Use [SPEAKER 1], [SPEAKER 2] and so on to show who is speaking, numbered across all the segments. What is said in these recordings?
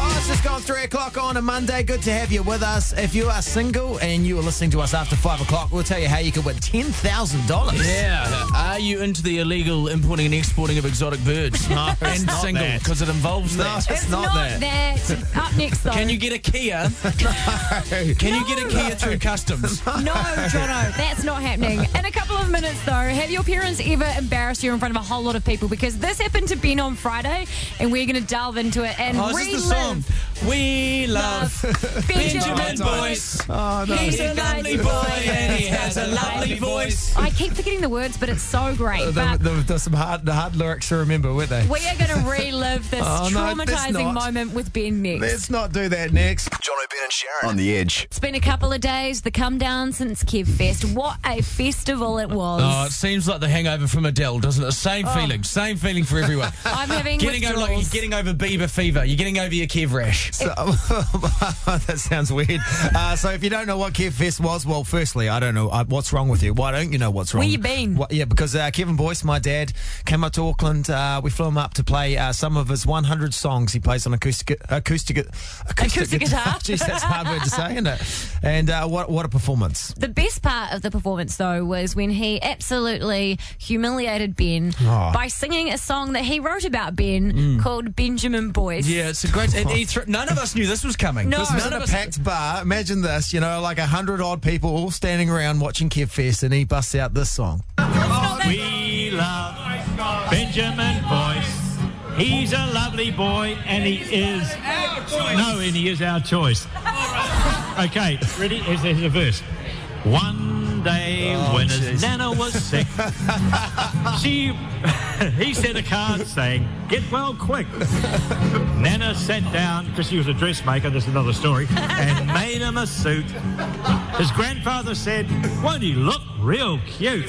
[SPEAKER 1] Oh, time, three o'clock on a Monday. Good to have you with us. If you are single and you are listening to us after five o'clock, we'll tell you how you can win ten thousand dollars.
[SPEAKER 2] Yeah. Are you into the illegal importing and exporting of exotic birds?
[SPEAKER 1] No, it's
[SPEAKER 2] and
[SPEAKER 1] not
[SPEAKER 2] single,
[SPEAKER 1] that.
[SPEAKER 2] because it involves that.
[SPEAKER 1] it's, not, that.
[SPEAKER 3] Up next, though.
[SPEAKER 2] Can you get a Kia? Can you get a Kia through customs?
[SPEAKER 3] No, Jono, that's not happening. In a couple of minutes, though, have your parents ever embarrassed you in front of a whole lot of people? Because this happened to Ben on Friday, and we're going to delve into it and
[SPEAKER 2] Oh, is
[SPEAKER 3] relive
[SPEAKER 2] this the song? We love Benjamin
[SPEAKER 3] Benjamin
[SPEAKER 2] Boyce.
[SPEAKER 3] He's
[SPEAKER 2] He's a lovely boy and he has a lovely voice. Uh,
[SPEAKER 3] I keep forgetting the words, but it's so great.
[SPEAKER 1] There,
[SPEAKER 3] But
[SPEAKER 1] there, there's some hard, the hard lyrics to remember, weren't they?
[SPEAKER 3] we are going to relive this
[SPEAKER 1] Oh, no, that's
[SPEAKER 3] traumatizing
[SPEAKER 1] not.
[SPEAKER 3] moment with Ben next.
[SPEAKER 1] Let's not do that next.
[SPEAKER 4] John O'Brien and Sharon on the edge.
[SPEAKER 3] It's been a couple of days, the come down since Kev Fest. What a festival it was.
[SPEAKER 2] Oh, it seems like the hangover from Adele, doesn't it? Same feeling, same feeling for everyone.
[SPEAKER 3] I'm having
[SPEAKER 2] Getting over, like,
[SPEAKER 3] withdrawals.
[SPEAKER 2] you're getting over Bieber fever. You're getting over your Kev rash.
[SPEAKER 1] So, that sounds weird. Uh, so, if you don't know what Kev Fest was, well, firstly, I don't know uh, what's wrong with you. Why don't you know what's wrong?
[SPEAKER 3] Where you been?
[SPEAKER 1] Wha- yeah, because uh, Kevin Boyce, my dad, came up to Auckland. Uh, we flew him up to play uh, some of his 100 songs he plays on acoustic acoustic acoustic,
[SPEAKER 3] Acoustic guitar.
[SPEAKER 1] Jeez, that's a hard word to say, isn't it? And uh, what what a performance!
[SPEAKER 3] The best part of the performance, though, was when he absolutely humiliated Ben
[SPEAKER 1] Oh.
[SPEAKER 3] by singing a song that he wrote about Ben called Benjamin Boyce.
[SPEAKER 2] Mm. Yeah, it's a great. And he thro- none of us knew this was coming.
[SPEAKER 3] No.
[SPEAKER 2] This-
[SPEAKER 1] This
[SPEAKER 2] none
[SPEAKER 1] is
[SPEAKER 2] of
[SPEAKER 1] a
[SPEAKER 2] us.
[SPEAKER 1] packed bar. Imagine this, you know, like a hundred odd people all standing around watching Kev Fest, and he busts out this song.
[SPEAKER 5] We love Benjamin Boyce. He's a lovely boy, and he is. No, and he is our choice. Okay, ready? Here's, here's a verse. One day when his nana was sick, she he sent a card saying, "Get well quick." nana sat down because she was a dressmaker. This is another story, and made him a suit. His grandfather said, "Won't he look real cute?"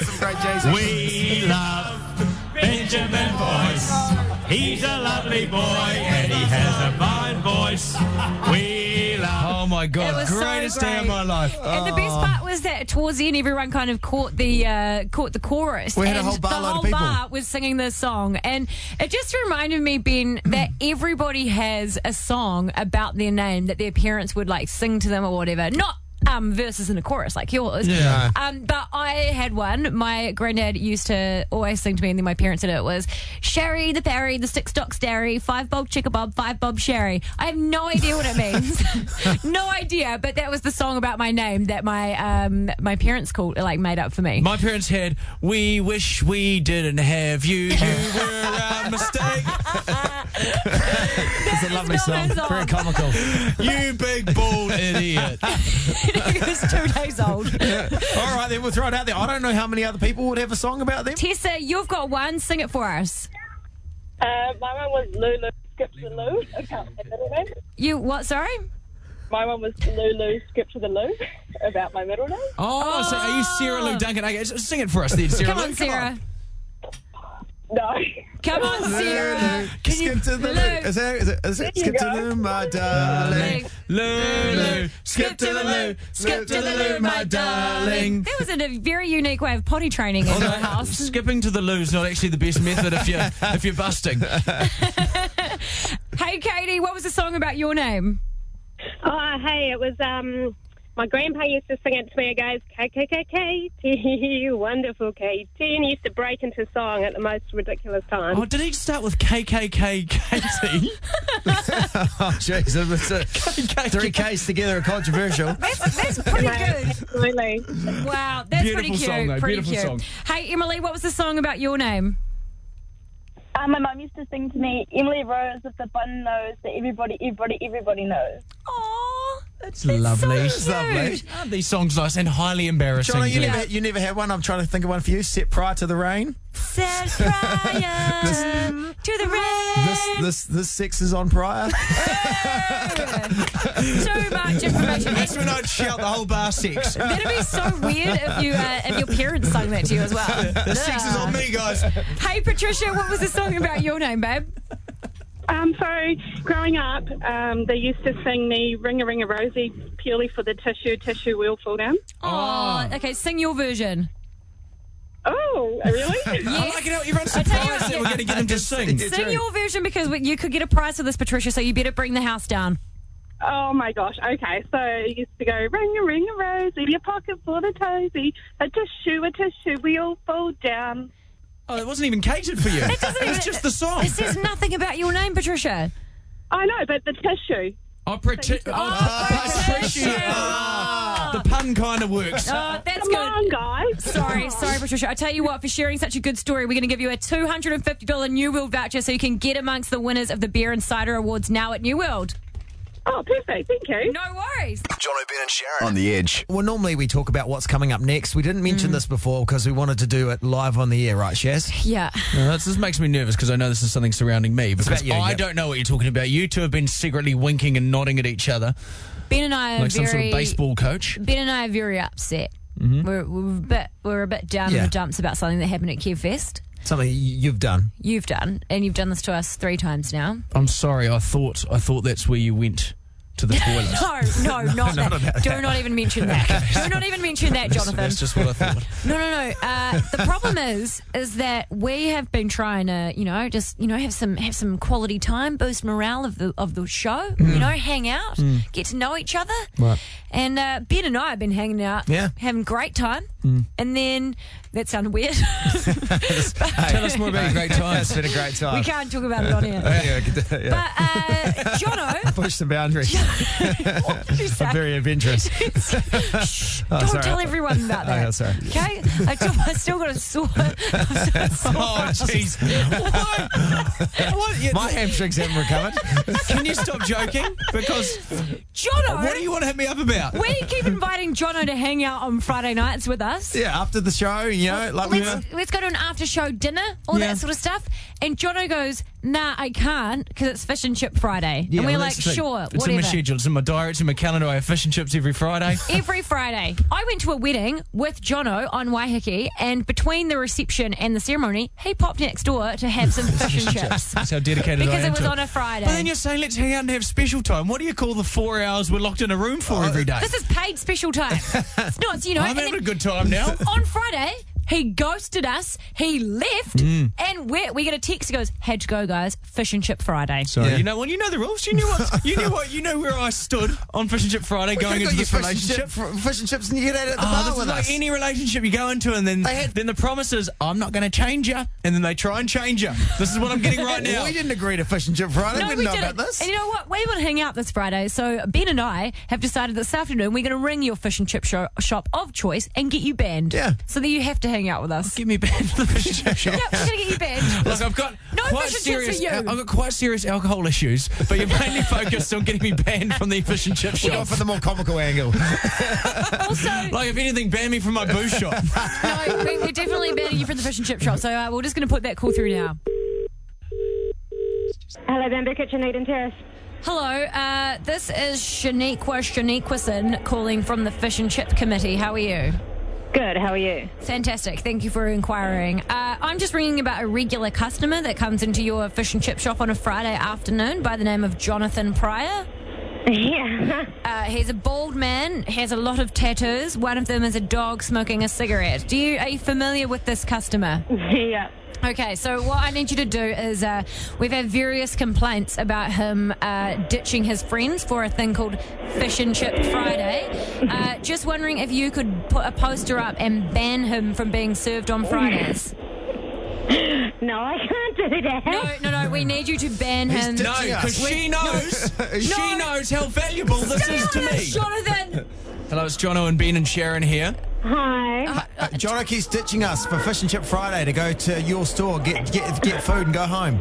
[SPEAKER 5] We love Benjamin Boyce. He's a lovely boy and he has a fine voice. We love.
[SPEAKER 2] Oh my
[SPEAKER 3] It
[SPEAKER 2] god,
[SPEAKER 3] was so
[SPEAKER 2] greatest day of
[SPEAKER 3] great.
[SPEAKER 2] my life.
[SPEAKER 3] And the best part was that towards the end, everyone kind of caught the uh, caught the chorus,
[SPEAKER 1] We had a
[SPEAKER 3] and
[SPEAKER 1] whole bar
[SPEAKER 3] the
[SPEAKER 1] load of
[SPEAKER 3] whole
[SPEAKER 1] people.
[SPEAKER 3] bar was singing this song, and it just reminded me, Ben, that everybody has a song about their name that their parents would like sing to them or whatever. Not. Um, verses in a chorus like yours.
[SPEAKER 2] Yeah.
[SPEAKER 3] Um, but I had one. My granddad used to always sing to me, and then my parents did it. It was Sherry the Berry, the Six Stocks Dairy, Five Bob Chickabob, Five Bob Sherry. I have no idea what it means. no idea. But that was the song about my name that my um, my parents called like made up for me.
[SPEAKER 2] My parents had, we wish we didn't have you. You were a mistake.
[SPEAKER 1] It's a lovely
[SPEAKER 3] not
[SPEAKER 1] song,
[SPEAKER 3] that song.
[SPEAKER 1] very comical.
[SPEAKER 2] You big bald idiot.
[SPEAKER 3] it was two days old.
[SPEAKER 1] All right, then we'll throw it out there. I don't know how many other people would have a song about them.
[SPEAKER 3] Tessa, you've got one. Sing it for us.
[SPEAKER 6] Uh, my one was Lulu Skip to the Loo. I can't say middle name.
[SPEAKER 3] You what? Sorry.
[SPEAKER 6] My one was Lulu Skip to the Loo about my middle name.
[SPEAKER 2] Oh, so are you Sarah Lou Duncan? Okay, s- sing it for us then, Sarah
[SPEAKER 3] Come
[SPEAKER 2] Lou.
[SPEAKER 3] on, Sarah.
[SPEAKER 6] No.
[SPEAKER 3] Come on, Sarah.
[SPEAKER 1] Can skip to the loo. Is it, is it, is
[SPEAKER 6] There
[SPEAKER 1] it
[SPEAKER 6] you
[SPEAKER 1] skip to
[SPEAKER 6] go.
[SPEAKER 1] the loo, my darling?
[SPEAKER 2] Lulu, skip to the loo, skip to the loo, my darling.
[SPEAKER 3] That was in a very unique way of potty training in my house.
[SPEAKER 2] Skipping to the loo is not actually the best method if you're if you're busting.
[SPEAKER 3] Hey, Katie, what was the song about your name?
[SPEAKER 7] Oh, hey, it was um, my grandpa used to sing it to me. It goes, KKKKT, wonderful KT, and he used to break into song at the most ridiculous time.
[SPEAKER 2] Oh, did he start with KKK Katie?
[SPEAKER 1] Jeez, Oh, it's a, three Ks together are controversial.
[SPEAKER 3] That's, that's pretty good.
[SPEAKER 7] Absolutely.
[SPEAKER 3] Wow, that's pretty
[SPEAKER 2] Beautiful
[SPEAKER 3] cute.
[SPEAKER 2] song, though.
[SPEAKER 3] pretty
[SPEAKER 2] Beautiful
[SPEAKER 3] cute.
[SPEAKER 2] song.
[SPEAKER 3] Hey, Emily, what was the song about your name?
[SPEAKER 8] Uh, my mum used to sing to me, Emily Rose with the bun nose that everybody, everybody, everybody knows.
[SPEAKER 3] Aw, that's,
[SPEAKER 2] lovely.
[SPEAKER 3] So
[SPEAKER 2] It's
[SPEAKER 3] cute.
[SPEAKER 1] lovely.
[SPEAKER 2] Aren't these songs nice and highly embarrassing?
[SPEAKER 1] John, you,
[SPEAKER 2] Yeah.
[SPEAKER 1] never, you never had one. I'm trying to think of one for you. Set prior to the rain.
[SPEAKER 3] Said prior to the rain.
[SPEAKER 1] This this this six is on prior.
[SPEAKER 3] Too much information.
[SPEAKER 2] That's when I'd shout the whole bar six.
[SPEAKER 3] That'd be so weird if you uh, if your parents sung that to you as well.
[SPEAKER 2] The six is on me, guys.
[SPEAKER 3] Hey, Patricia, what was the song about your name, babe?
[SPEAKER 7] Um, so, growing up, um, they used to sing me Ring a Ring a Rosie purely for the tissue, tissue will fall down.
[SPEAKER 3] Oh, okay, sing your version.
[SPEAKER 7] Oh, really?
[SPEAKER 2] I like it how everyone's
[SPEAKER 3] I tell you
[SPEAKER 2] surprised
[SPEAKER 3] what,
[SPEAKER 2] that we're going to get them to sing.
[SPEAKER 3] Sing your version because we- you could get a prize for this, Patricia, so you better bring the house down.
[SPEAKER 6] Oh my gosh. Okay, so it used to go ring a ring a rose, leave your pocket full of toesy, a tissue, a tissue, we all fall down.
[SPEAKER 2] Oh, it wasn't even catered for you. It,
[SPEAKER 3] doesn't
[SPEAKER 2] was
[SPEAKER 3] even-
[SPEAKER 2] just the song.
[SPEAKER 3] It says nothing about your name, Patricia.
[SPEAKER 6] I know, but the tissue.
[SPEAKER 2] Opera ti- oh,
[SPEAKER 3] Patricia.
[SPEAKER 2] Patricia. Ah, The pun kind of works.
[SPEAKER 3] Oh, that's
[SPEAKER 6] Come
[SPEAKER 3] good.
[SPEAKER 6] on, guys.
[SPEAKER 3] Sorry, sorry, Patricia. I tell you what, for sharing such a good story, we're going to give you a $250 New World voucher so you can get amongst the winners of the Beer and Cider Awards now at New World.
[SPEAKER 6] Oh, perfect. Thank you.
[SPEAKER 3] No worries.
[SPEAKER 4] John O'Brien and Sharon on the edge.
[SPEAKER 1] Well, normally we talk about what's coming up next. We didn't mention this before because we wanted to do it live on the air, right, Shaz?
[SPEAKER 3] Yeah.
[SPEAKER 2] Now, that's- this makes me nervous because I know this is something surrounding me because
[SPEAKER 1] about you,
[SPEAKER 2] I
[SPEAKER 1] yeah.
[SPEAKER 2] don't know what you're talking about. You two have been secretly winking and nodding at each other
[SPEAKER 3] Ben and I are
[SPEAKER 2] like
[SPEAKER 3] very.
[SPEAKER 2] some sort of baseball coach.
[SPEAKER 3] Ben and I are very upset. We're, we're, a bit, we're a bit down in
[SPEAKER 1] Yeah.
[SPEAKER 3] the dumps about something that happened at KevFest.
[SPEAKER 1] Something y- you've done.
[SPEAKER 3] You've done, and you've done this to us three times now.
[SPEAKER 2] I'm sorry. I thought I thought that's where you went to the toilet.
[SPEAKER 3] No, no, not that. Do not even mention that. Do not even mention that,
[SPEAKER 2] That's-
[SPEAKER 3] Jonathan.
[SPEAKER 2] That's just what I thought.
[SPEAKER 3] No, no, no. Uh, the problem is, is that we have been trying to, you know, just you know, have some have some quality time, boost morale of the of the show, you know, hang out, get to know each other.
[SPEAKER 1] Right.
[SPEAKER 3] And uh, Ben and I have been hanging out,
[SPEAKER 1] Yeah.
[SPEAKER 3] having great time. And then that sounded weird.
[SPEAKER 2] Tell us more about your great time.
[SPEAKER 1] It's been a great time.
[SPEAKER 3] we can't talk about it on here.
[SPEAKER 1] Yeah, yeah.
[SPEAKER 3] But uh, Jono,
[SPEAKER 1] Push the boundaries.
[SPEAKER 3] what did you say?
[SPEAKER 1] I'm very adventurous.
[SPEAKER 3] Shh, don't
[SPEAKER 1] sorry.
[SPEAKER 3] tell everyone about
[SPEAKER 1] Oh,
[SPEAKER 3] that.
[SPEAKER 1] yeah, sorry.
[SPEAKER 3] Okay, I still, I still got a sore. I've still got a sore.
[SPEAKER 2] Oh jeez! What? What? You-
[SPEAKER 1] My hamstrings haven't recovered.
[SPEAKER 2] Can you stop joking? Because
[SPEAKER 3] Jono,
[SPEAKER 2] what do you want to hit me up about?
[SPEAKER 3] We keep inviting Jono to hang out on Friday nights with us.
[SPEAKER 1] yeah, after the show, you know, like we were.
[SPEAKER 3] Let's, let's go to an after show dinner, all
[SPEAKER 2] Yeah.
[SPEAKER 3] that sort of stuff. And Jono goes, Nah, I can't because it's fish and chip Friday. and we're
[SPEAKER 2] well,
[SPEAKER 3] like,
[SPEAKER 2] that's the thing.
[SPEAKER 3] Sure,
[SPEAKER 2] It's in my
[SPEAKER 3] whatever.
[SPEAKER 2] schedule. It's in my diary. It's in my calendar. I have fish and chips every Friday.
[SPEAKER 3] Every Friday, I went to a wedding with Jono on Waiheke, and between the reception and the ceremony, he popped next door to have some fish and chips
[SPEAKER 2] That's how dedicated I am
[SPEAKER 3] because it was
[SPEAKER 2] to
[SPEAKER 3] on a Friday.
[SPEAKER 2] But then you're saying let's hang out and have special time. What do you call the four hours we're locked in a room for every day?
[SPEAKER 3] this is paid special time. it's not, you know.
[SPEAKER 2] I'm
[SPEAKER 3] and
[SPEAKER 2] having
[SPEAKER 3] then-
[SPEAKER 2] a good time now.
[SPEAKER 3] on Friday, he ghosted us. He left,
[SPEAKER 2] Hmm.
[SPEAKER 3] and we we get a text. He goes, "Had to go, guys. Fish and chip Friday."
[SPEAKER 2] So
[SPEAKER 1] Yeah.
[SPEAKER 2] Oh, you know what? You know the rules. You knew what. You knew what. You know where I stood on Fish and Chip Friday, going
[SPEAKER 1] You
[SPEAKER 2] into
[SPEAKER 1] got your
[SPEAKER 2] this
[SPEAKER 1] fish and chip-
[SPEAKER 2] relationship.
[SPEAKER 1] fr- Fish and chips, and you get out at the
[SPEAKER 2] Oh,
[SPEAKER 1] bar
[SPEAKER 2] this is
[SPEAKER 1] with
[SPEAKER 2] like
[SPEAKER 1] us.
[SPEAKER 2] any relationship you go into, and then
[SPEAKER 1] had-
[SPEAKER 2] then the promise is I'm not going to change you, and then they try and change you. This is what I'm getting right now.
[SPEAKER 1] We didn't agree to fish and chip Friday. we didn't know about this.
[SPEAKER 3] And you know what? We want to hang out this Friday, so Ben and I have decided this afternoon we're going to ring your fish and chip sho- shop of choice and get you banned.
[SPEAKER 1] Yeah.
[SPEAKER 3] So that you have to hang out with us.
[SPEAKER 2] Give me back the fish and chip shop.
[SPEAKER 3] yep, we're going to get you banned.
[SPEAKER 2] Look, I've got
[SPEAKER 3] No
[SPEAKER 2] quite
[SPEAKER 3] fish and chips
[SPEAKER 2] serious.
[SPEAKER 3] for you.
[SPEAKER 2] I've got quite serious alcohol issues, but you're mainly focused on getting me banned from the fish and chip
[SPEAKER 1] Go
[SPEAKER 2] shop.
[SPEAKER 1] for the more comical angle.
[SPEAKER 2] Uh,
[SPEAKER 3] also,
[SPEAKER 2] Like if anything, ban me from my boo shop.
[SPEAKER 3] no, we, we're definitely banning you from the fish and chip shop. So uh, we're just going to put that call through now.
[SPEAKER 7] Hello, Bamboo Kitchen, Eden Terrace.
[SPEAKER 3] Hello, uh, this is Shaniqua Shaniquason calling from the Fish and Chip Committee. How are you?
[SPEAKER 7] Good, how are you?
[SPEAKER 3] Fantastic. Thank you for inquiring. Uh, I'm just ringing about a regular customer that comes into your fish and chip shop on a Friday afternoon by the name of Jonathan Pryor.
[SPEAKER 7] Yeah.
[SPEAKER 3] Uh, he's a bald man, has a lot of tattoos. One of them is a dog smoking a cigarette. Do you are you familiar with this customer?
[SPEAKER 7] yeah.
[SPEAKER 3] Okay, so what I need you to do is uh, we've had various complaints about him uh, ditching his friends for a thing called Fish and Chip Friday. Uh, just wondering if you could put a poster up and ban him from being served on Fridays.
[SPEAKER 7] No, I can't do that.
[SPEAKER 3] No, no, no, we need you to ban him.
[SPEAKER 2] No, because she knows. She knows how valuable this
[SPEAKER 3] Stay
[SPEAKER 2] is to
[SPEAKER 3] on
[SPEAKER 2] me.
[SPEAKER 3] us, Jonathan!
[SPEAKER 2] Hello, it's Jono and Ben and Sharon here.
[SPEAKER 7] Hi.
[SPEAKER 1] Uh, Jono keeps ditching us for Fish and Chip Friday to go to your store, get get get food, and go home.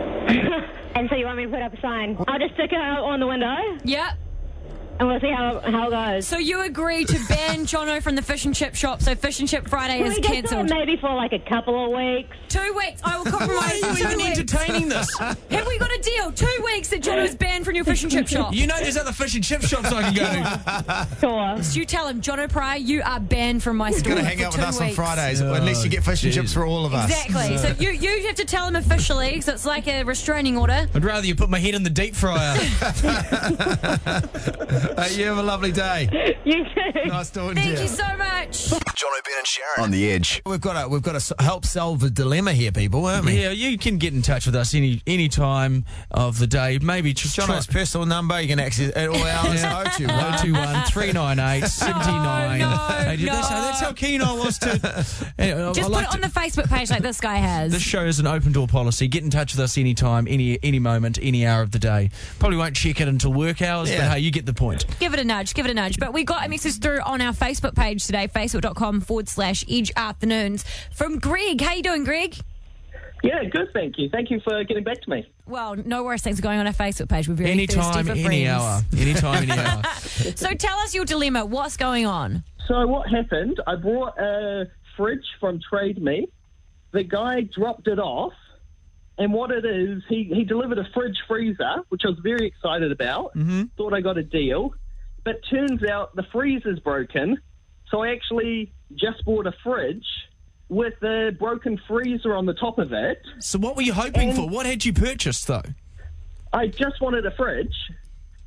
[SPEAKER 7] And so you want me to put up a sign? I'll just stick it out on the window
[SPEAKER 3] Yep.
[SPEAKER 7] and we'll see how, how it goes.
[SPEAKER 3] So you agree to ban Jono from the Fish and Chip shop, so Fish and Chip Friday
[SPEAKER 7] Can
[SPEAKER 3] is
[SPEAKER 7] we just do it
[SPEAKER 3] cancelled.
[SPEAKER 7] maybe for like a couple of weeks.
[SPEAKER 3] Two weeks. I will
[SPEAKER 2] Why are
[SPEAKER 3] compromise.
[SPEAKER 2] you
[SPEAKER 3] Two
[SPEAKER 2] even
[SPEAKER 3] weeks.
[SPEAKER 2] entertaining this?
[SPEAKER 3] Have we got a deal? Two weeks that Jono is banned from your Fish and Chip shop.
[SPEAKER 2] You know there's other fish and chip shops I can go to.
[SPEAKER 7] Sure.
[SPEAKER 3] You tell him, John O'Pryor, you are banned from my store.
[SPEAKER 1] Going to hang
[SPEAKER 3] for
[SPEAKER 1] out with
[SPEAKER 3] two
[SPEAKER 1] us on
[SPEAKER 3] weeks.
[SPEAKER 1] Fridays,
[SPEAKER 2] Oh,
[SPEAKER 1] unless you get fish and
[SPEAKER 2] jeez.
[SPEAKER 1] chips for all of us.
[SPEAKER 3] Exactly. So you, you have to tell him officially, so it's like a restraining order.
[SPEAKER 2] I'd rather you put my head in the deep fryer.
[SPEAKER 1] Hey, you have a lovely day.
[SPEAKER 7] You too.
[SPEAKER 1] Nice talking to
[SPEAKER 3] Thank
[SPEAKER 1] you.
[SPEAKER 3] you so much.
[SPEAKER 4] John Ben and Sharon on the edge.
[SPEAKER 1] We've got to we've got to s- help solve a dilemma here, people, haven't we?
[SPEAKER 2] Yeah, you can get in touch with us any any time of the day. Maybe just try
[SPEAKER 1] Jono's personal number. You can access at all hours. Yeah.
[SPEAKER 2] oh,
[SPEAKER 1] 021.
[SPEAKER 2] 021 398 79.
[SPEAKER 3] Oh, no,
[SPEAKER 2] Hey, that's, how,
[SPEAKER 3] no.
[SPEAKER 2] that's how keen I was to. Anyway, I- I
[SPEAKER 3] Just put
[SPEAKER 2] like
[SPEAKER 3] it on
[SPEAKER 2] to-
[SPEAKER 3] the Facebook page like this guy has.
[SPEAKER 2] This show is an open door policy. Get in touch with us anytime, any any moment, any hour of the day. Probably won't check it until work hours,
[SPEAKER 1] Yeah.
[SPEAKER 2] but hey, you get the point.
[SPEAKER 3] Give it a nudge, give it a nudge. But we got a message through on our Facebook page today, facebook.com forward slash edge afternoons from Greg. How you doing, Greg?
[SPEAKER 9] Yeah, good, thank you. Thank you for getting back to me.
[SPEAKER 3] Well, no worse things are going on our Facebook page. We're very thirsty
[SPEAKER 2] Anytime,
[SPEAKER 3] for
[SPEAKER 2] any
[SPEAKER 3] friends.
[SPEAKER 2] hour. Anytime, any hour.
[SPEAKER 3] So tell us your dilemma. What's going on?
[SPEAKER 9] So what happened? I bought a fridge from Trade Me. The guy dropped it off, and what it is, he, he delivered a fridge freezer, which I was very excited about. Thought I got a deal, but turns out the freezer's broken. So I actually just bought a fridge with a broken freezer on the top of it.
[SPEAKER 2] So, what were you hoping for? What had you purchased, though?
[SPEAKER 9] I just wanted a fridge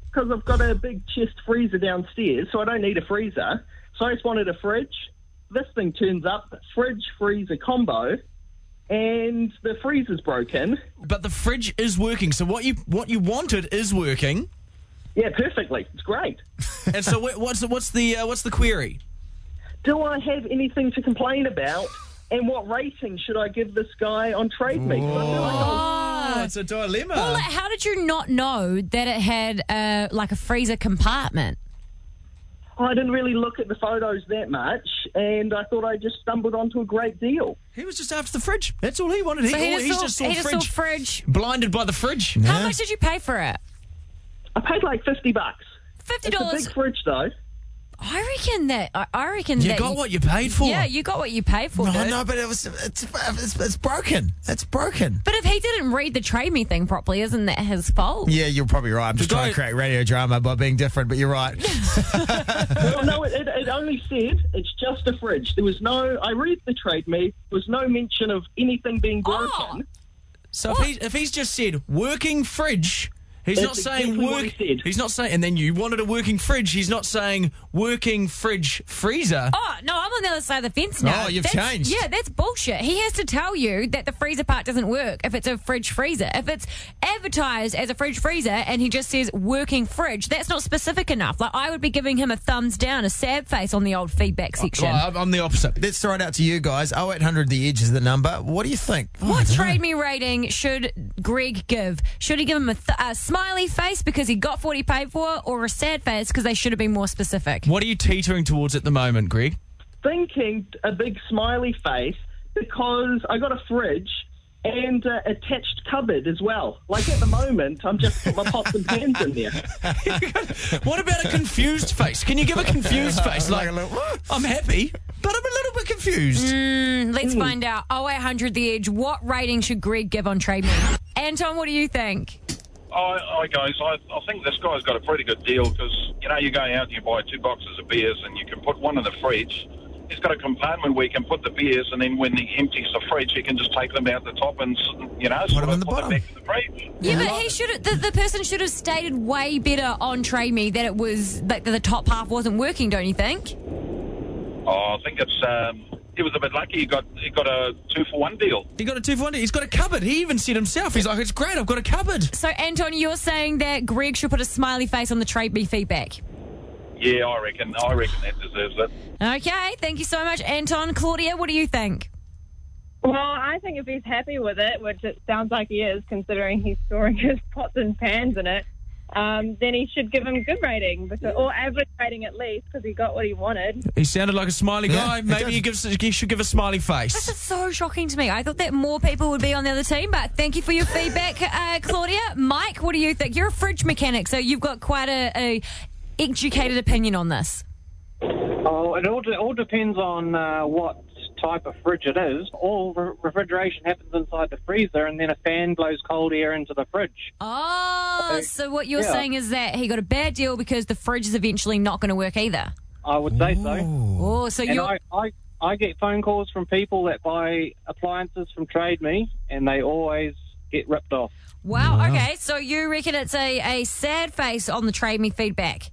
[SPEAKER 9] because I've got a big chest freezer downstairs, so I don't need a freezer. So I just wanted a fridge. This thing turns up fridge freezer combo, and the freezer's broken.
[SPEAKER 2] But the fridge is working. So, what you what you wanted is working.
[SPEAKER 9] Yeah, perfectly. It's great.
[SPEAKER 2] And so, wh- what's the, what's the uh, what's the query?
[SPEAKER 9] Do I have anything to complain about? And what rating should I give this guy on Trade Me? 'Cause I feel like I was-
[SPEAKER 2] Oh, it's a dilemma.
[SPEAKER 3] Uh, Well, like, how did you not know that it had uh, like a freezer compartment?
[SPEAKER 9] I didn't really look at the photos that much, and I thought I just stumbled onto a great deal.
[SPEAKER 2] he was just after the fridge. That's all he wanted. He,
[SPEAKER 3] So
[SPEAKER 2] all-
[SPEAKER 3] he
[SPEAKER 2] he
[SPEAKER 3] just saw, he just saw
[SPEAKER 2] fridge.
[SPEAKER 3] fridge.
[SPEAKER 2] Blinded by the fridge.
[SPEAKER 3] How much did you pay for it?
[SPEAKER 9] I paid like fifty bucks.
[SPEAKER 3] Fifty
[SPEAKER 9] It's a
[SPEAKER 3] dollars.
[SPEAKER 9] big fridge though.
[SPEAKER 3] I reckon that. I- I reckon
[SPEAKER 2] You
[SPEAKER 3] that.
[SPEAKER 2] got what you paid for.
[SPEAKER 3] yeah, you got what you paid for.
[SPEAKER 1] No,
[SPEAKER 3] dude.
[SPEAKER 1] no, but it was it's it's, it's broken. It's broken.
[SPEAKER 3] But if he didn't read the trade me thing properly, isn't that his fault?
[SPEAKER 1] Yeah, you're probably right. I'm just
[SPEAKER 2] The
[SPEAKER 1] trying to
[SPEAKER 2] guy-
[SPEAKER 1] create radio drama by being different, but you're right.
[SPEAKER 9] Well, no, it, it, it only said it's just a fridge. There was no. I read the trade me. There was no mention of anything being broken.
[SPEAKER 3] Oh.
[SPEAKER 2] So if, he, if he's just said working fridge, he's
[SPEAKER 9] That's
[SPEAKER 2] not saying
[SPEAKER 9] exactly what
[SPEAKER 2] work.
[SPEAKER 9] he said.
[SPEAKER 2] He's not saying, and then you wanted a working fridge. He's not saying working fridge freezer.
[SPEAKER 3] Oh, no, I'm on the other side of the fence now.
[SPEAKER 1] Oh, you've
[SPEAKER 3] That's-
[SPEAKER 1] changed.
[SPEAKER 3] Yeah, that's bullshit. He has to tell you that the freezer part doesn't work if it's a fridge freezer. If it's advertised as a fridge freezer and he just says working fridge, that's not specific enough. Like, I would be giving him a thumbs down, a sad face on the old feedback
[SPEAKER 1] Oh,
[SPEAKER 3] section.
[SPEAKER 2] Well, I'm- I'm the opposite.
[SPEAKER 1] Let's throw it out to you guys. 0800 The Edge is the number. What do you think?
[SPEAKER 3] what trade me rating should Greg give? Should he give him a, th- a smiley face because he got what he paid for, or a sad face because they should have been more specific?
[SPEAKER 2] What are you teetering towards at the moment, Greg?
[SPEAKER 9] Thinking a big smiley face because I got a fridge and uh, attached cupboard as well. Like at the moment, I'm just putting my pots and pans in there.
[SPEAKER 2] What about a confused face? Can you give a confused face? Like,
[SPEAKER 1] a little, "What?"
[SPEAKER 2] I'm happy, but I'm a little bit confused.
[SPEAKER 3] Mm.
[SPEAKER 1] Hmm.
[SPEAKER 3] Let's find out. 0800 The Edge, what rating should Greg give on Trade Me? Anton, what do you think?
[SPEAKER 10] I, I guys, I, I think this guy's got a pretty good deal because you know you go out and you buy two boxes of beers and you can put one in the fridge. He's got a compartment where you can put the beers, and then when he empties the fridge, he can just take them out the top and s- you know sort
[SPEAKER 1] them
[SPEAKER 10] of
[SPEAKER 1] in the
[SPEAKER 10] put
[SPEAKER 1] bottom.
[SPEAKER 10] back in the fridge.
[SPEAKER 3] Yeah, but he should the, the person should have stated way better on Trade Me that it was that the top half wasn't working, don't you think?
[SPEAKER 10] Oh, I think it's um, he was a bit lucky. He got he got a two for one deal.
[SPEAKER 2] He got a two for one. He's got a cupboard. He even said himself, he's like, it's great. I've got a cupboard.
[SPEAKER 3] So Anton, you're saying that Greg should put a smiley face on the Trade Me feedback.
[SPEAKER 10] Yeah, I reckon. I reckon that deserves it.
[SPEAKER 3] Okay, thank you so much, Anton. Claudia, what do you think?
[SPEAKER 8] Well, I think if he's happy with it, which it sounds like he is, considering he's storing his pots and pans in it, um, then he should give him good rating, because, or average rating at least, because he got what he wanted.
[SPEAKER 2] He sounded like a smiley
[SPEAKER 1] Yeah,
[SPEAKER 2] guy.
[SPEAKER 1] he
[SPEAKER 2] Maybe
[SPEAKER 1] did.
[SPEAKER 2] he gives. He should give a smiley
[SPEAKER 3] This
[SPEAKER 2] face.
[SPEAKER 3] is so shocking to me. I thought that more people would be on the other team, but thank you for your feedback, uh, Claudia. Mike, what do you think? You're a fridge mechanic, so you've got quite a, a educated opinion on this.
[SPEAKER 11] Oh, it all, de- all depends on uh, what type of fridge it is. All re- refrigeration happens inside the freezer, and then a fan blows cold air into the fridge.
[SPEAKER 3] Oh, so what you're
[SPEAKER 11] yeah.
[SPEAKER 3] saying is that he got a bad deal because the fridge is eventually not going to work either.
[SPEAKER 11] I would say so.
[SPEAKER 3] Oh, so
[SPEAKER 11] And
[SPEAKER 3] you're.
[SPEAKER 11] I, I, I get phone calls from people that buy appliances from Trade Me, and they always get ripped off.
[SPEAKER 3] wow, okay. So you reckon it's a, a sad face on the trade me feedback?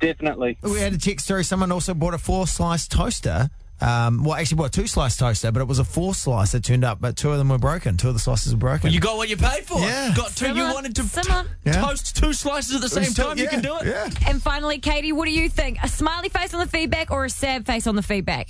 [SPEAKER 11] definitely.
[SPEAKER 1] Oh, We had a text through. Someone also bought a four slice toaster. Um, well, actually, bought a two slice toaster, but it was a four slice that turned up, but two of them were broken. Two of the slices were broken.
[SPEAKER 2] Well, you got what you paid for.
[SPEAKER 1] Yeah.
[SPEAKER 2] Got two. You
[SPEAKER 3] Simmer,
[SPEAKER 2] wanted to
[SPEAKER 3] simmer.
[SPEAKER 1] Yeah.
[SPEAKER 2] toast two slices at the same time. You can do it.
[SPEAKER 1] Yeah.
[SPEAKER 3] And finally, Katie, what do you think? A smiley face on the feedback or a sad face on the feedback?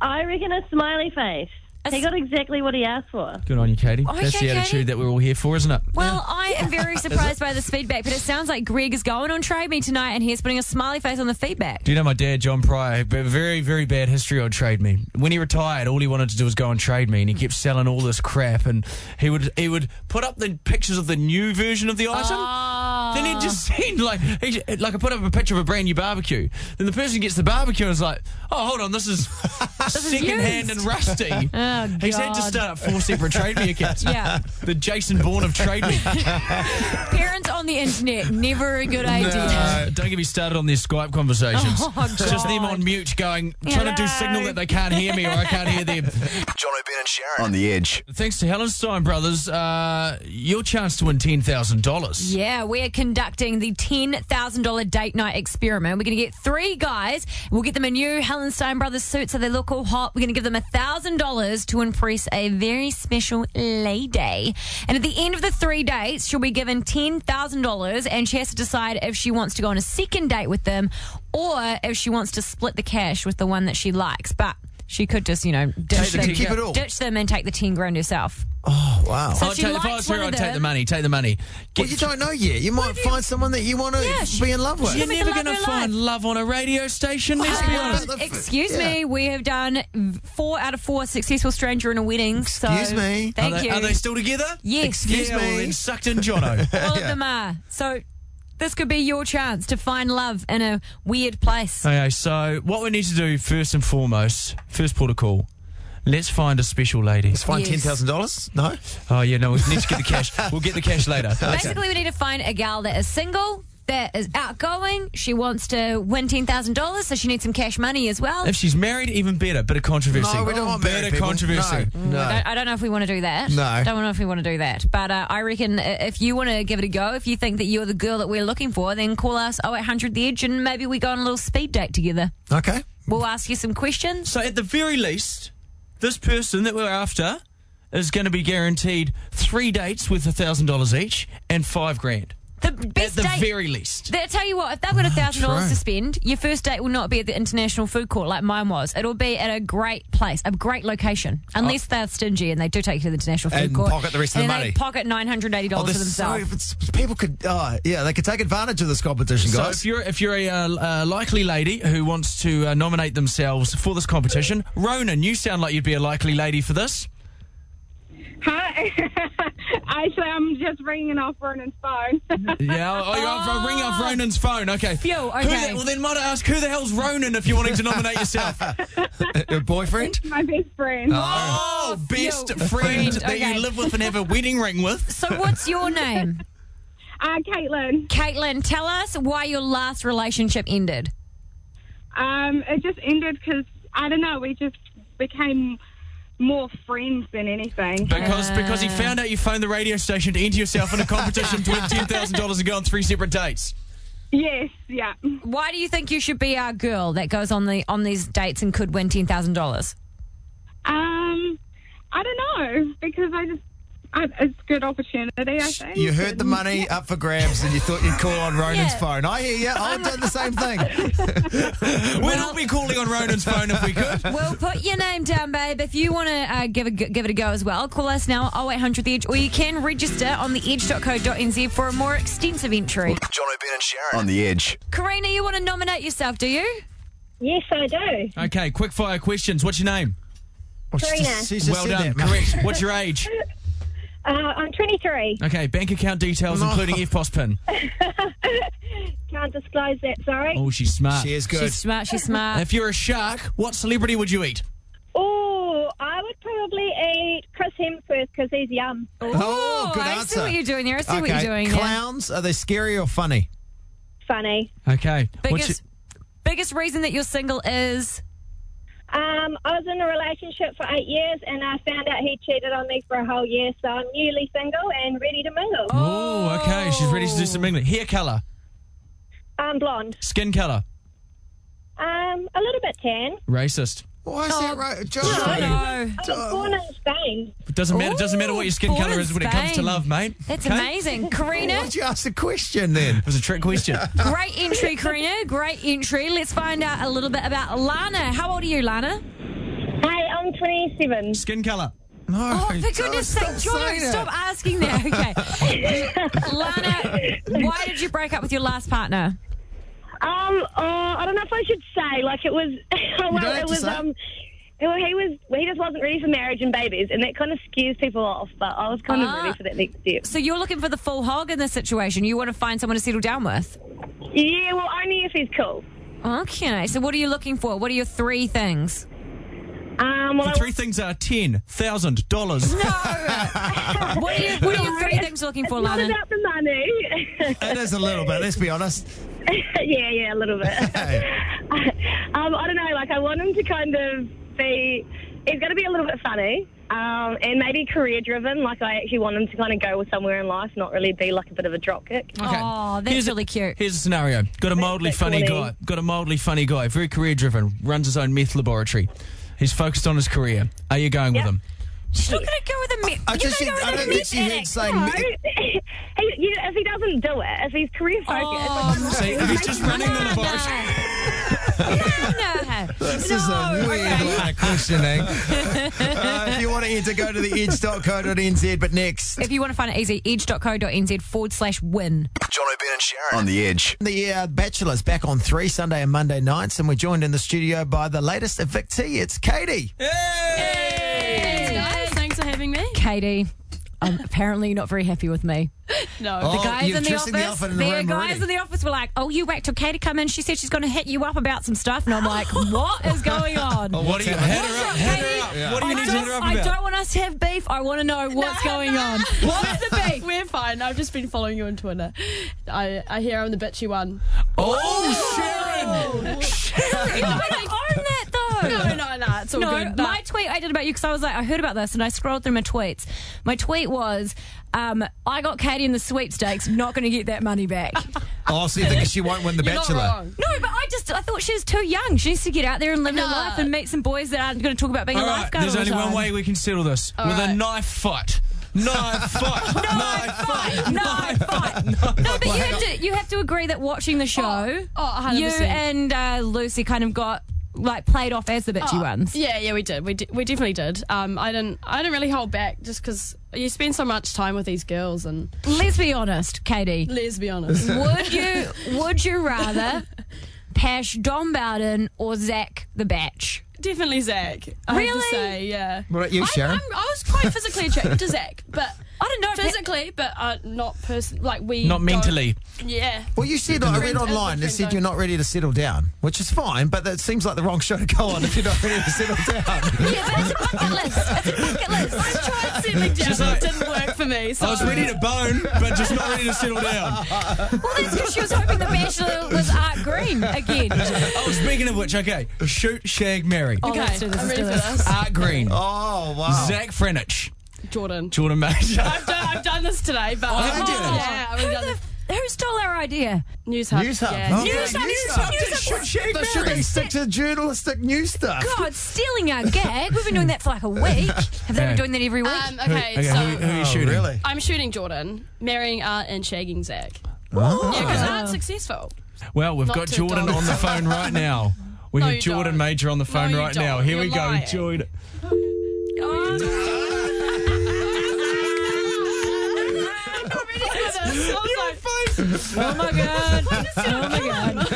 [SPEAKER 12] I reckon a smiley face. He got exactly what he asked for.
[SPEAKER 2] Good on you, Katie.
[SPEAKER 3] Oh, Okay,
[SPEAKER 2] That's the
[SPEAKER 3] Katie.
[SPEAKER 2] attitude that we're all here for, isn't it?
[SPEAKER 3] Well, I am very surprised by this feedback, but it sounds like Greg is going on Trade Me tonight and he's putting a smiley face on the feedback.
[SPEAKER 2] Do you know my dad, John Pryor? had a Very, very bad history on Trade Me. When he retired, all he wanted to do was go and trade me, and he kept selling all this crap. And he would he would put up the pictures of the new version of the item.
[SPEAKER 3] Ah.
[SPEAKER 2] Then
[SPEAKER 3] Oh.
[SPEAKER 2] he'd just seen like he, like I put up a picture of a brand new barbecue. Then the person gets the barbecue and is like, "Oh, hold on, this is second hand and
[SPEAKER 3] used."
[SPEAKER 2] rusty."
[SPEAKER 3] Oh,
[SPEAKER 2] He's had to
[SPEAKER 3] God.
[SPEAKER 2] start up four separate Trade Me accounts.
[SPEAKER 3] Yeah.
[SPEAKER 2] the Jason Bourne of Trade Me.
[SPEAKER 3] Parents on the internet, never a good idea.
[SPEAKER 2] No, Uh, don't get me started on their Skype conversations.
[SPEAKER 3] Oh,
[SPEAKER 2] it's just them on mute going, trying to do signal that they can't hear me or I can't hear them.
[SPEAKER 4] John O'Brien and Sharon on the edge.
[SPEAKER 2] Thanks to Hellenstein Brothers, uh, your chance to win $10,000.
[SPEAKER 3] Yeah, we are conducting the $10,000 date night experiment. We're going to get three guys. We'll get them a new Helen Stein Brothers suit so they look all hot. We're going to give them $1,000 to impress a very special lady. And at the end of the three dates, she'll be given $10,000 and she has to decide if she wants to go on a second date with them or if she wants to split the cash with the one that she likes. But she could just, you know, ditch,
[SPEAKER 2] the
[SPEAKER 3] them,
[SPEAKER 2] 10 Keep it all.
[SPEAKER 3] ditch them and take the 10 grand herself.
[SPEAKER 1] Oh, wow.
[SPEAKER 3] So
[SPEAKER 2] I'd
[SPEAKER 3] she
[SPEAKER 2] take- if
[SPEAKER 3] likes
[SPEAKER 2] I was her,
[SPEAKER 3] one of
[SPEAKER 2] I'd take the
[SPEAKER 3] them.
[SPEAKER 2] money. Take the money.
[SPEAKER 1] Well, you don't know yet. You might find someone that you want to
[SPEAKER 3] Yeah, she-
[SPEAKER 1] be in love with.
[SPEAKER 3] she's
[SPEAKER 2] You're
[SPEAKER 3] She'll make the love
[SPEAKER 2] never going to
[SPEAKER 3] of her
[SPEAKER 2] find love on a radio station. Let's be
[SPEAKER 3] Um,
[SPEAKER 2] honest.
[SPEAKER 3] excuse
[SPEAKER 1] yeah.
[SPEAKER 3] me, we have done four out of four successful stranger in a wedding. So
[SPEAKER 1] Excuse me.
[SPEAKER 3] Thank
[SPEAKER 2] are, they,
[SPEAKER 3] you.
[SPEAKER 2] are they still together?
[SPEAKER 3] Yes. Excuse
[SPEAKER 2] yeah, Well,
[SPEAKER 1] me.
[SPEAKER 2] then sucked in Jono.
[SPEAKER 3] All of them are. So this could be your chance to find love in a weird place.
[SPEAKER 2] Okay, so what we need to do first and foremost, first port of call, let's find a special lady.
[SPEAKER 1] Let's find
[SPEAKER 3] Yes.
[SPEAKER 1] $10,000? No?
[SPEAKER 2] Oh yeah, no, we need to get the cash. We'll get the cash later.
[SPEAKER 3] Basically, we need to find a gal that is single. That is outgoing. She wants to win ten thousand dollars, so she needs some cash money as well.
[SPEAKER 2] If she's married, even better. Bit of controversy.
[SPEAKER 1] No, we don't want
[SPEAKER 2] Bit
[SPEAKER 1] married
[SPEAKER 2] of
[SPEAKER 1] people.
[SPEAKER 2] controversy.
[SPEAKER 1] No.
[SPEAKER 3] I, don't, I don't know if we want to do that.
[SPEAKER 1] No.
[SPEAKER 3] Don't know if we want to do that. But uh, I reckon i- if you want to give it a go, if you think that you're the girl that we're looking for, then call us 0800 The Edge and maybe we go on a little speed date together.
[SPEAKER 1] Okay.
[SPEAKER 3] We'll ask you some questions.
[SPEAKER 2] So at the very least, this person that we're after is going to be guaranteed three dates with a thousand dollars each and five grand
[SPEAKER 3] The best
[SPEAKER 2] at the
[SPEAKER 3] date.
[SPEAKER 2] very least.
[SPEAKER 3] They- I tell you what, if they've
[SPEAKER 1] Ah,
[SPEAKER 3] got a thousand dollars
[SPEAKER 1] true.
[SPEAKER 3] to spend, your first date will not be at the international food court like mine was. It'll be at a great place, a great location. Unless they're stingy and they do take you to the international food
[SPEAKER 1] Oh. And
[SPEAKER 3] court
[SPEAKER 1] pocket the rest of
[SPEAKER 3] and
[SPEAKER 1] the
[SPEAKER 3] then
[SPEAKER 1] money.
[SPEAKER 3] They pocket nine hundred eighty
[SPEAKER 1] Oh,
[SPEAKER 3] dollars for
[SPEAKER 1] this so
[SPEAKER 3] themselves.
[SPEAKER 1] if it's, people could, oh, yeah, they could take advantage of this competition,
[SPEAKER 2] So
[SPEAKER 1] guys.
[SPEAKER 2] if you're if you're a uh, uh, likely lady who wants to uh, nominate themselves for this competition, Ronan, you sound like you'd be a likely lady for this.
[SPEAKER 8] Hi. Actually, I'm just ringing off Vernon's phone.
[SPEAKER 2] Yeah, oh, you're off, I'll ring off Ronan's phone. Okay.
[SPEAKER 3] Phew,
[SPEAKER 2] Who
[SPEAKER 3] okay.
[SPEAKER 2] the- well, then might I ask who the hell's Ronan if you're wanting to nominate yourself?
[SPEAKER 1] Your boyfriend?
[SPEAKER 8] My best friend.
[SPEAKER 2] oh, best
[SPEAKER 3] phew.
[SPEAKER 2] friend
[SPEAKER 3] Friend,
[SPEAKER 2] that
[SPEAKER 3] okay.
[SPEAKER 2] you live with and have a wedding ring with.
[SPEAKER 3] so what's your name?
[SPEAKER 8] Uh, Caitlin.
[SPEAKER 3] Caitlin, tell us why your last relationship ended.
[SPEAKER 8] Um, it just ended because, I don't know, we just became more friends than anything.
[SPEAKER 2] Because because he found out you phoned the radio station to enter yourself in a competition to win ten thousand dollars and go on three separate dates.
[SPEAKER 8] Yes, yeah.
[SPEAKER 3] Why do you think you should be our girl that goes on the on these dates and could win ten thousand dollars?
[SPEAKER 8] Um, I don't know because I just, I, it's a good opportunity, I think.
[SPEAKER 1] You heard the
[SPEAKER 8] And-
[SPEAKER 1] money up for grabs and you thought you'd call on Ronan's
[SPEAKER 3] Yeah.
[SPEAKER 1] phone. I hear you. I've done the same thing.
[SPEAKER 2] We'd all be calling on Ronan's phone if we could.
[SPEAKER 3] Well, put your name down, babe. If you want to uh, give, a, g- give it a go as well, call us now 0800 The Edge, or you can register on theedge.co.nz for a more extensive entry.
[SPEAKER 4] John O'Brien and Sharon on the edge.
[SPEAKER 3] Karina, you want to nominate yourself, do you?
[SPEAKER 12] Yes, I do.
[SPEAKER 2] Okay, quick fire questions. What's your name?
[SPEAKER 1] Well, she's
[SPEAKER 12] Karina.
[SPEAKER 1] just- she's just
[SPEAKER 2] well
[SPEAKER 1] said that,
[SPEAKER 2] done.
[SPEAKER 1] mate.
[SPEAKER 2] Correct. What's your age?
[SPEAKER 12] Uh, I'm 23.
[SPEAKER 2] Okay, bank account details, including FPOS pin.
[SPEAKER 12] Can't disclose that, sorry.
[SPEAKER 2] Oh, she's smart.
[SPEAKER 1] She is good.
[SPEAKER 3] She's smart, she's smart.
[SPEAKER 2] If you're a shark, what celebrity would you eat?
[SPEAKER 12] Oh, I would probably eat Chris Hemsworth because he's yum.
[SPEAKER 1] Oh, good
[SPEAKER 3] I see
[SPEAKER 1] answer.
[SPEAKER 3] what you're doing there. I see what
[SPEAKER 1] okay.
[SPEAKER 3] you're doing there.
[SPEAKER 1] Clowns, are they scary or funny?
[SPEAKER 12] Funny.
[SPEAKER 2] Okay. What's
[SPEAKER 3] Biggest, biggest reason that you're single is.
[SPEAKER 12] Um, I was in a relationship for eight years and I found out he cheated on me for a whole year, so I'm newly single and ready to mingle.
[SPEAKER 2] your- oh, okay. She's ready to do some mingling. Hair colour.
[SPEAKER 12] Um, blonde.
[SPEAKER 2] Skin colour.
[SPEAKER 12] Um, a little bit tan.
[SPEAKER 2] Racist.
[SPEAKER 1] Why is
[SPEAKER 3] Oh.
[SPEAKER 1] that right?
[SPEAKER 12] No, I was born in Spain.
[SPEAKER 2] It doesn't matter. It doesn't matter what your skin
[SPEAKER 12] born
[SPEAKER 2] colour
[SPEAKER 12] in
[SPEAKER 2] is when it comes to
[SPEAKER 12] Spain.
[SPEAKER 2] love, mate.
[SPEAKER 3] That's
[SPEAKER 2] Okay?
[SPEAKER 3] amazing. Karina,
[SPEAKER 1] Why'd you ask the question then? It
[SPEAKER 2] was a trick question.
[SPEAKER 3] great entry, Karina. Great entry. Let's find out a little bit about Lana. How old are you, Lana?
[SPEAKER 12] Hey, I'm 27.
[SPEAKER 2] Skin colour.
[SPEAKER 1] No.
[SPEAKER 3] Oh, for goodness sake, Jono, stop asking that. Okay. Lana, why did you break up with your last partner?
[SPEAKER 12] Um, oh, I don't know if I should say. Like it was, well,
[SPEAKER 3] have
[SPEAKER 12] it
[SPEAKER 3] to
[SPEAKER 12] was
[SPEAKER 3] say.
[SPEAKER 12] um, it, well, he was he just wasn't ready for marriage and babies, and that kind of scares people off. But I was kind
[SPEAKER 3] Ah.
[SPEAKER 12] of ready for that next step.
[SPEAKER 3] So you're looking for the full hog in this situation. You want to find someone to settle down with.
[SPEAKER 12] Yeah, well, only if he's cool.
[SPEAKER 3] Okay. So what are you looking for? What are your three things?
[SPEAKER 12] Um,
[SPEAKER 2] The three things are ten thousand dollars.
[SPEAKER 3] what are your, what are your three things you're looking for,
[SPEAKER 12] Not
[SPEAKER 3] Lana? Uh,
[SPEAKER 12] about the money.
[SPEAKER 1] It is a little bit, let's be honest.
[SPEAKER 12] yeah, yeah, a little bit. um, I don't know. Like, I want him to kind of be. He's going to be a little bit funny. Um, and maybe career driven. Like, I actually want him to kind of go somewhere in life, not really be like a bit of a dropkick.
[SPEAKER 3] Okay. Oh, that's
[SPEAKER 2] Here's a-
[SPEAKER 3] really cute.
[SPEAKER 2] Here's a scenario. Got a mildly funny guy. Got a mildly funny guy. Very career driven. Runs his own meth laboratory. He's focused on his career. Are you going with him?
[SPEAKER 3] She's not going to go with a myth.
[SPEAKER 1] I just think- I don't think she heard saying
[SPEAKER 12] No.
[SPEAKER 1] me-
[SPEAKER 12] he, you know, if he doesn't do it, if he's career focused,
[SPEAKER 13] Oh.
[SPEAKER 3] Oh.
[SPEAKER 12] like,
[SPEAKER 2] See, if he's just running the laboratory.
[SPEAKER 3] No.
[SPEAKER 1] This is a weird line of questioning. uh, if you want to enter, go to the edge.co.nz. But next,
[SPEAKER 3] If you want to find it easy, edge.co.nz forward slash win.
[SPEAKER 4] John O'Brien and Sharon on the edge.
[SPEAKER 1] the uh, Bachelor's back on three Sunday and Monday nights, and we're joined in the studio by the latest evictee. It's Katie.
[SPEAKER 13] Thanks, guys. Thanks for having me.
[SPEAKER 3] Katie, I'm apparently not very happy with me.
[SPEAKER 13] No.
[SPEAKER 1] Oh,
[SPEAKER 3] the guys
[SPEAKER 1] you're
[SPEAKER 3] in the office,
[SPEAKER 1] dressing the elephant in the room
[SPEAKER 3] guys
[SPEAKER 1] already.
[SPEAKER 3] in the office were like, "Oh, you wait till Katie come in. She said she's going to hit you up about some stuff." And I'm like, "What is going on?
[SPEAKER 1] Oh,
[SPEAKER 2] What do you? Head her up. Head her up. What do
[SPEAKER 3] I
[SPEAKER 2] you need to
[SPEAKER 3] don't-
[SPEAKER 2] head her up
[SPEAKER 3] I
[SPEAKER 2] about?
[SPEAKER 3] don't want us to have beef. I want to know what's going on. What's the beef?
[SPEAKER 13] We're fine. I've just been following you on Twitter. I, I hear I'm the bitchy one.
[SPEAKER 2] Oh, Sharon!
[SPEAKER 3] You don't own that though.
[SPEAKER 13] No, no, no. It's all
[SPEAKER 3] no,
[SPEAKER 13] good. but-
[SPEAKER 3] my tweet I did about you because I was like, I heard about this and I scrolled through my tweets. My tweet was, um, I got Katie in the sweepstakes, not going to get that money back.
[SPEAKER 1] Oh, so you think she won't win the
[SPEAKER 13] You're not
[SPEAKER 1] Bachelor?
[SPEAKER 13] wrong.
[SPEAKER 3] no, but I just, I thought she was too young. She needs to get out there and live her
[SPEAKER 13] Nah.
[SPEAKER 3] life and meet some boys that aren't going to talk about being
[SPEAKER 2] All
[SPEAKER 3] a
[SPEAKER 2] right.
[SPEAKER 3] lifeguard.
[SPEAKER 2] There's
[SPEAKER 3] all
[SPEAKER 2] only
[SPEAKER 3] the
[SPEAKER 2] one
[SPEAKER 3] time.
[SPEAKER 2] way we can settle this with a
[SPEAKER 13] right.
[SPEAKER 2] knife fight. Knife fight. Knife fight.
[SPEAKER 3] No, fight. No, but you have to you have to agree that watching the show,
[SPEAKER 13] Oh, oh,
[SPEAKER 3] you
[SPEAKER 13] 100%.
[SPEAKER 3] and uh, Lucy kind of got like played off as the bitchy
[SPEAKER 13] Oh,
[SPEAKER 3] ones.
[SPEAKER 13] Yeah, yeah, we did. We, d- we definitely did. Um, I didn't. I didn't really hold back just because you spend so much time with these girls, and
[SPEAKER 3] Let's be honest, Katie.
[SPEAKER 13] let's be honest,
[SPEAKER 3] Would you would you rather Pash Don Bowden or Zach the Batch?
[SPEAKER 13] definitely Zach. I Have
[SPEAKER 3] Really?
[SPEAKER 13] to say, yeah.
[SPEAKER 1] What about you,
[SPEAKER 13] I,
[SPEAKER 1] Sharon?
[SPEAKER 13] I'm, I was quite physically attracted to Zach, but
[SPEAKER 3] I don't know. if that-
[SPEAKER 13] physically, but uh, not person. Like we
[SPEAKER 2] Not
[SPEAKER 13] don't-
[SPEAKER 2] mentally.
[SPEAKER 13] Yeah.
[SPEAKER 1] Well, you said I read
[SPEAKER 13] Friends,
[SPEAKER 1] online. It
[SPEAKER 13] friends,
[SPEAKER 1] said
[SPEAKER 13] though.
[SPEAKER 1] you're not ready to settle down, which is fine, but that seems like the wrong show to go on if you're not ready to settle down.
[SPEAKER 3] Yeah, but it's a bucket list. It's a bucket list.
[SPEAKER 13] I tried settling down,
[SPEAKER 2] She's
[SPEAKER 13] but
[SPEAKER 2] like-
[SPEAKER 13] it didn't work for me. So
[SPEAKER 2] I was ready to bone, but just not ready to settle down.
[SPEAKER 3] Well, that's because she was hoping the Bachelor was Art Green again.
[SPEAKER 2] Oh, speaking of which, okay, shoot, shag, marry.
[SPEAKER 13] Okay,
[SPEAKER 3] let's do this,
[SPEAKER 13] I'm
[SPEAKER 3] let's
[SPEAKER 13] ready
[SPEAKER 3] do
[SPEAKER 13] for
[SPEAKER 3] this.
[SPEAKER 13] this.
[SPEAKER 2] Art Green,
[SPEAKER 1] oh, wow.
[SPEAKER 2] Zach Frenich,
[SPEAKER 13] Jordan.
[SPEAKER 2] Jordan Major.
[SPEAKER 13] I've done, I've done this today, but
[SPEAKER 2] Oh, have you done it?
[SPEAKER 13] yeah, I've already done this.
[SPEAKER 3] Who stole our idea?
[SPEAKER 13] News hub.
[SPEAKER 1] News Hub.
[SPEAKER 13] Yeah.
[SPEAKER 1] Oh,
[SPEAKER 3] News
[SPEAKER 1] yeah,
[SPEAKER 3] Hub,
[SPEAKER 1] News
[SPEAKER 3] News
[SPEAKER 1] Hub.
[SPEAKER 3] Hub.
[SPEAKER 1] Just should shag,
[SPEAKER 13] But should
[SPEAKER 1] marry.
[SPEAKER 13] they
[SPEAKER 1] stick to journalistic news stuff?
[SPEAKER 3] God, stealing our gag. We've been doing that for like a week. Have they been doing that every week?
[SPEAKER 13] Um, okay,
[SPEAKER 2] Okay,
[SPEAKER 13] so
[SPEAKER 2] who, who are you shooting?
[SPEAKER 1] Oh, really?
[SPEAKER 13] I'm shooting Jordan, marrying Art, and shagging Zach. Yeah,
[SPEAKER 12] Oh.
[SPEAKER 13] because Art's successful.
[SPEAKER 2] Well, we've
[SPEAKER 13] Not
[SPEAKER 2] got
[SPEAKER 13] two
[SPEAKER 2] Jordan
[SPEAKER 13] dogs.
[SPEAKER 2] on the phone right now. We
[SPEAKER 13] No,
[SPEAKER 2] have
[SPEAKER 13] you
[SPEAKER 2] Jordan
[SPEAKER 13] don't.
[SPEAKER 2] Major on the phone
[SPEAKER 13] you
[SPEAKER 2] right now.
[SPEAKER 13] don't.
[SPEAKER 2] Here we
[SPEAKER 13] You're
[SPEAKER 2] go,
[SPEAKER 13] lying.
[SPEAKER 2] Jordan.
[SPEAKER 13] I'm not ready for this. I was like,
[SPEAKER 3] Oh my god. Oh my god.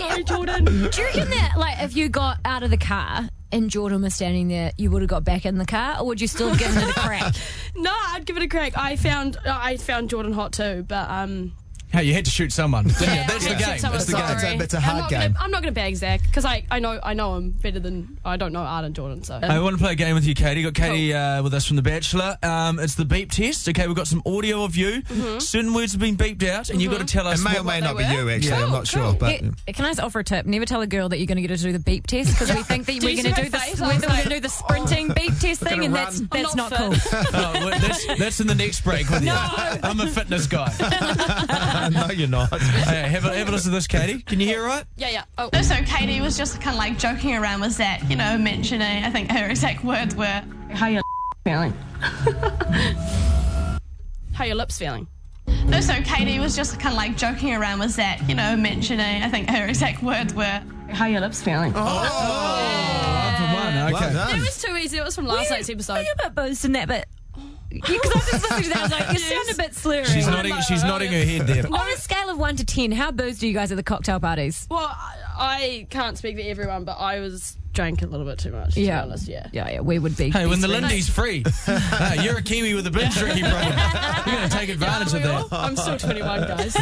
[SPEAKER 13] sorry, Jordan.
[SPEAKER 3] Do you reckon that, like, if you got out of the car and Jordan was standing there, you would have got back in the car, or would you still have given it a crack?
[SPEAKER 13] No, I'd give it a crack. I found uh, I found Jordan hot too, but um,
[SPEAKER 2] Hey, you had to shoot someone, didn't
[SPEAKER 13] yeah,
[SPEAKER 2] you? That's
[SPEAKER 13] I
[SPEAKER 2] the game.
[SPEAKER 13] had to shoot someone,
[SPEAKER 2] That's the
[SPEAKER 1] It's a-
[SPEAKER 13] sorry.
[SPEAKER 1] it's a
[SPEAKER 13] I'm
[SPEAKER 1] hard
[SPEAKER 13] not
[SPEAKER 1] game.
[SPEAKER 13] Gonna, I'm not going to bag Zach because I, I know I know him better than I don't know Art and Jordan. So
[SPEAKER 2] I want to play a game with you, Katie. Got Katie uh, with us from The Bachelor. Um, it's the beep test. Okay, we've got some audio of you.
[SPEAKER 1] Mm-hmm.
[SPEAKER 2] Certain words have been beeped out, and you've got to tell us.
[SPEAKER 1] It may or
[SPEAKER 2] what-
[SPEAKER 1] may
[SPEAKER 13] they
[SPEAKER 1] not be
[SPEAKER 13] were?
[SPEAKER 1] you, actually. I'm
[SPEAKER 13] Cool,
[SPEAKER 1] not sure.
[SPEAKER 13] cool.
[SPEAKER 1] But
[SPEAKER 3] Yeah, can I just offer a tip? Never tell a girl that you're going to get her to do the beep test because we think that
[SPEAKER 13] Do
[SPEAKER 3] we're
[SPEAKER 13] you
[SPEAKER 3] going to
[SPEAKER 13] see
[SPEAKER 3] do the
[SPEAKER 13] my face?
[SPEAKER 3] we're
[SPEAKER 13] I was
[SPEAKER 3] going to
[SPEAKER 13] like,
[SPEAKER 3] do the sprinting beep test thing, and that's
[SPEAKER 1] run.
[SPEAKER 13] I'm
[SPEAKER 3] that's not,
[SPEAKER 13] not
[SPEAKER 2] uh,
[SPEAKER 3] cool.
[SPEAKER 13] fit.
[SPEAKER 2] Oh, well, that's, that's in the next break with you. I'm a fitness guy.
[SPEAKER 1] no, you're not.
[SPEAKER 2] Hey, have, a, have a listen to this, Katie. Can you hear right?
[SPEAKER 13] Yeah, yeah. Oh. No, so Katie was just kind of like joking around with Zach, you know, mentioning, I think her exact words were,
[SPEAKER 12] How your feeling? How your lips feeling?
[SPEAKER 13] no, so Katie was just kind of like joking around with Zach, you know, mentioning, I think her exact words were,
[SPEAKER 12] How your lips feeling?
[SPEAKER 2] Oh, One, okay.
[SPEAKER 12] That was too easy. That was from last night's episode. You're
[SPEAKER 3] a bit boosted in that, but. Because I was just listening to that, I was like, you sound a bit slurry.
[SPEAKER 2] She's nodding, she's nodding her head there.
[SPEAKER 3] On a scale of 1 to 10, how boozed are you guys at the cocktail parties?
[SPEAKER 12] Well, I I can't speak for everyone, but I was drank a little bit too much. To
[SPEAKER 3] Yeah.
[SPEAKER 12] be honest, yeah.
[SPEAKER 3] Yeah, yeah, we would be.
[SPEAKER 2] Hey, when
[SPEAKER 3] best
[SPEAKER 2] the
[SPEAKER 3] friends.
[SPEAKER 2] Lindy's free, Ah, you're a Kiwi with a binge drinking problem. You're going to take advantage of that.
[SPEAKER 12] I'm still 21, guys.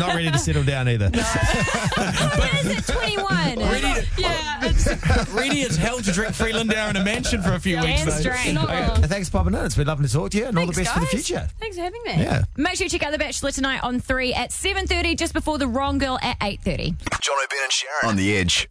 [SPEAKER 1] Not ready to settle down either.
[SPEAKER 3] Is it 21?
[SPEAKER 2] Ready, ready as hell to drink free Lindauer in a mansion for a few weeks,
[SPEAKER 3] Dan's
[SPEAKER 2] though.
[SPEAKER 3] drink. Not
[SPEAKER 2] Okay.
[SPEAKER 3] wrong.
[SPEAKER 1] Thanks for popping in. It's been lovely to talk to you, and all the
[SPEAKER 3] Thanks,
[SPEAKER 1] best for the
[SPEAKER 3] guys.
[SPEAKER 1] future.
[SPEAKER 3] Thanks for having me.
[SPEAKER 1] Yeah.
[SPEAKER 3] Make sure you check out The Bachelor tonight on 3 at 7.30, just before The Wrong Girl at 8.30.
[SPEAKER 4] John O'Brien and Sharon on the edge.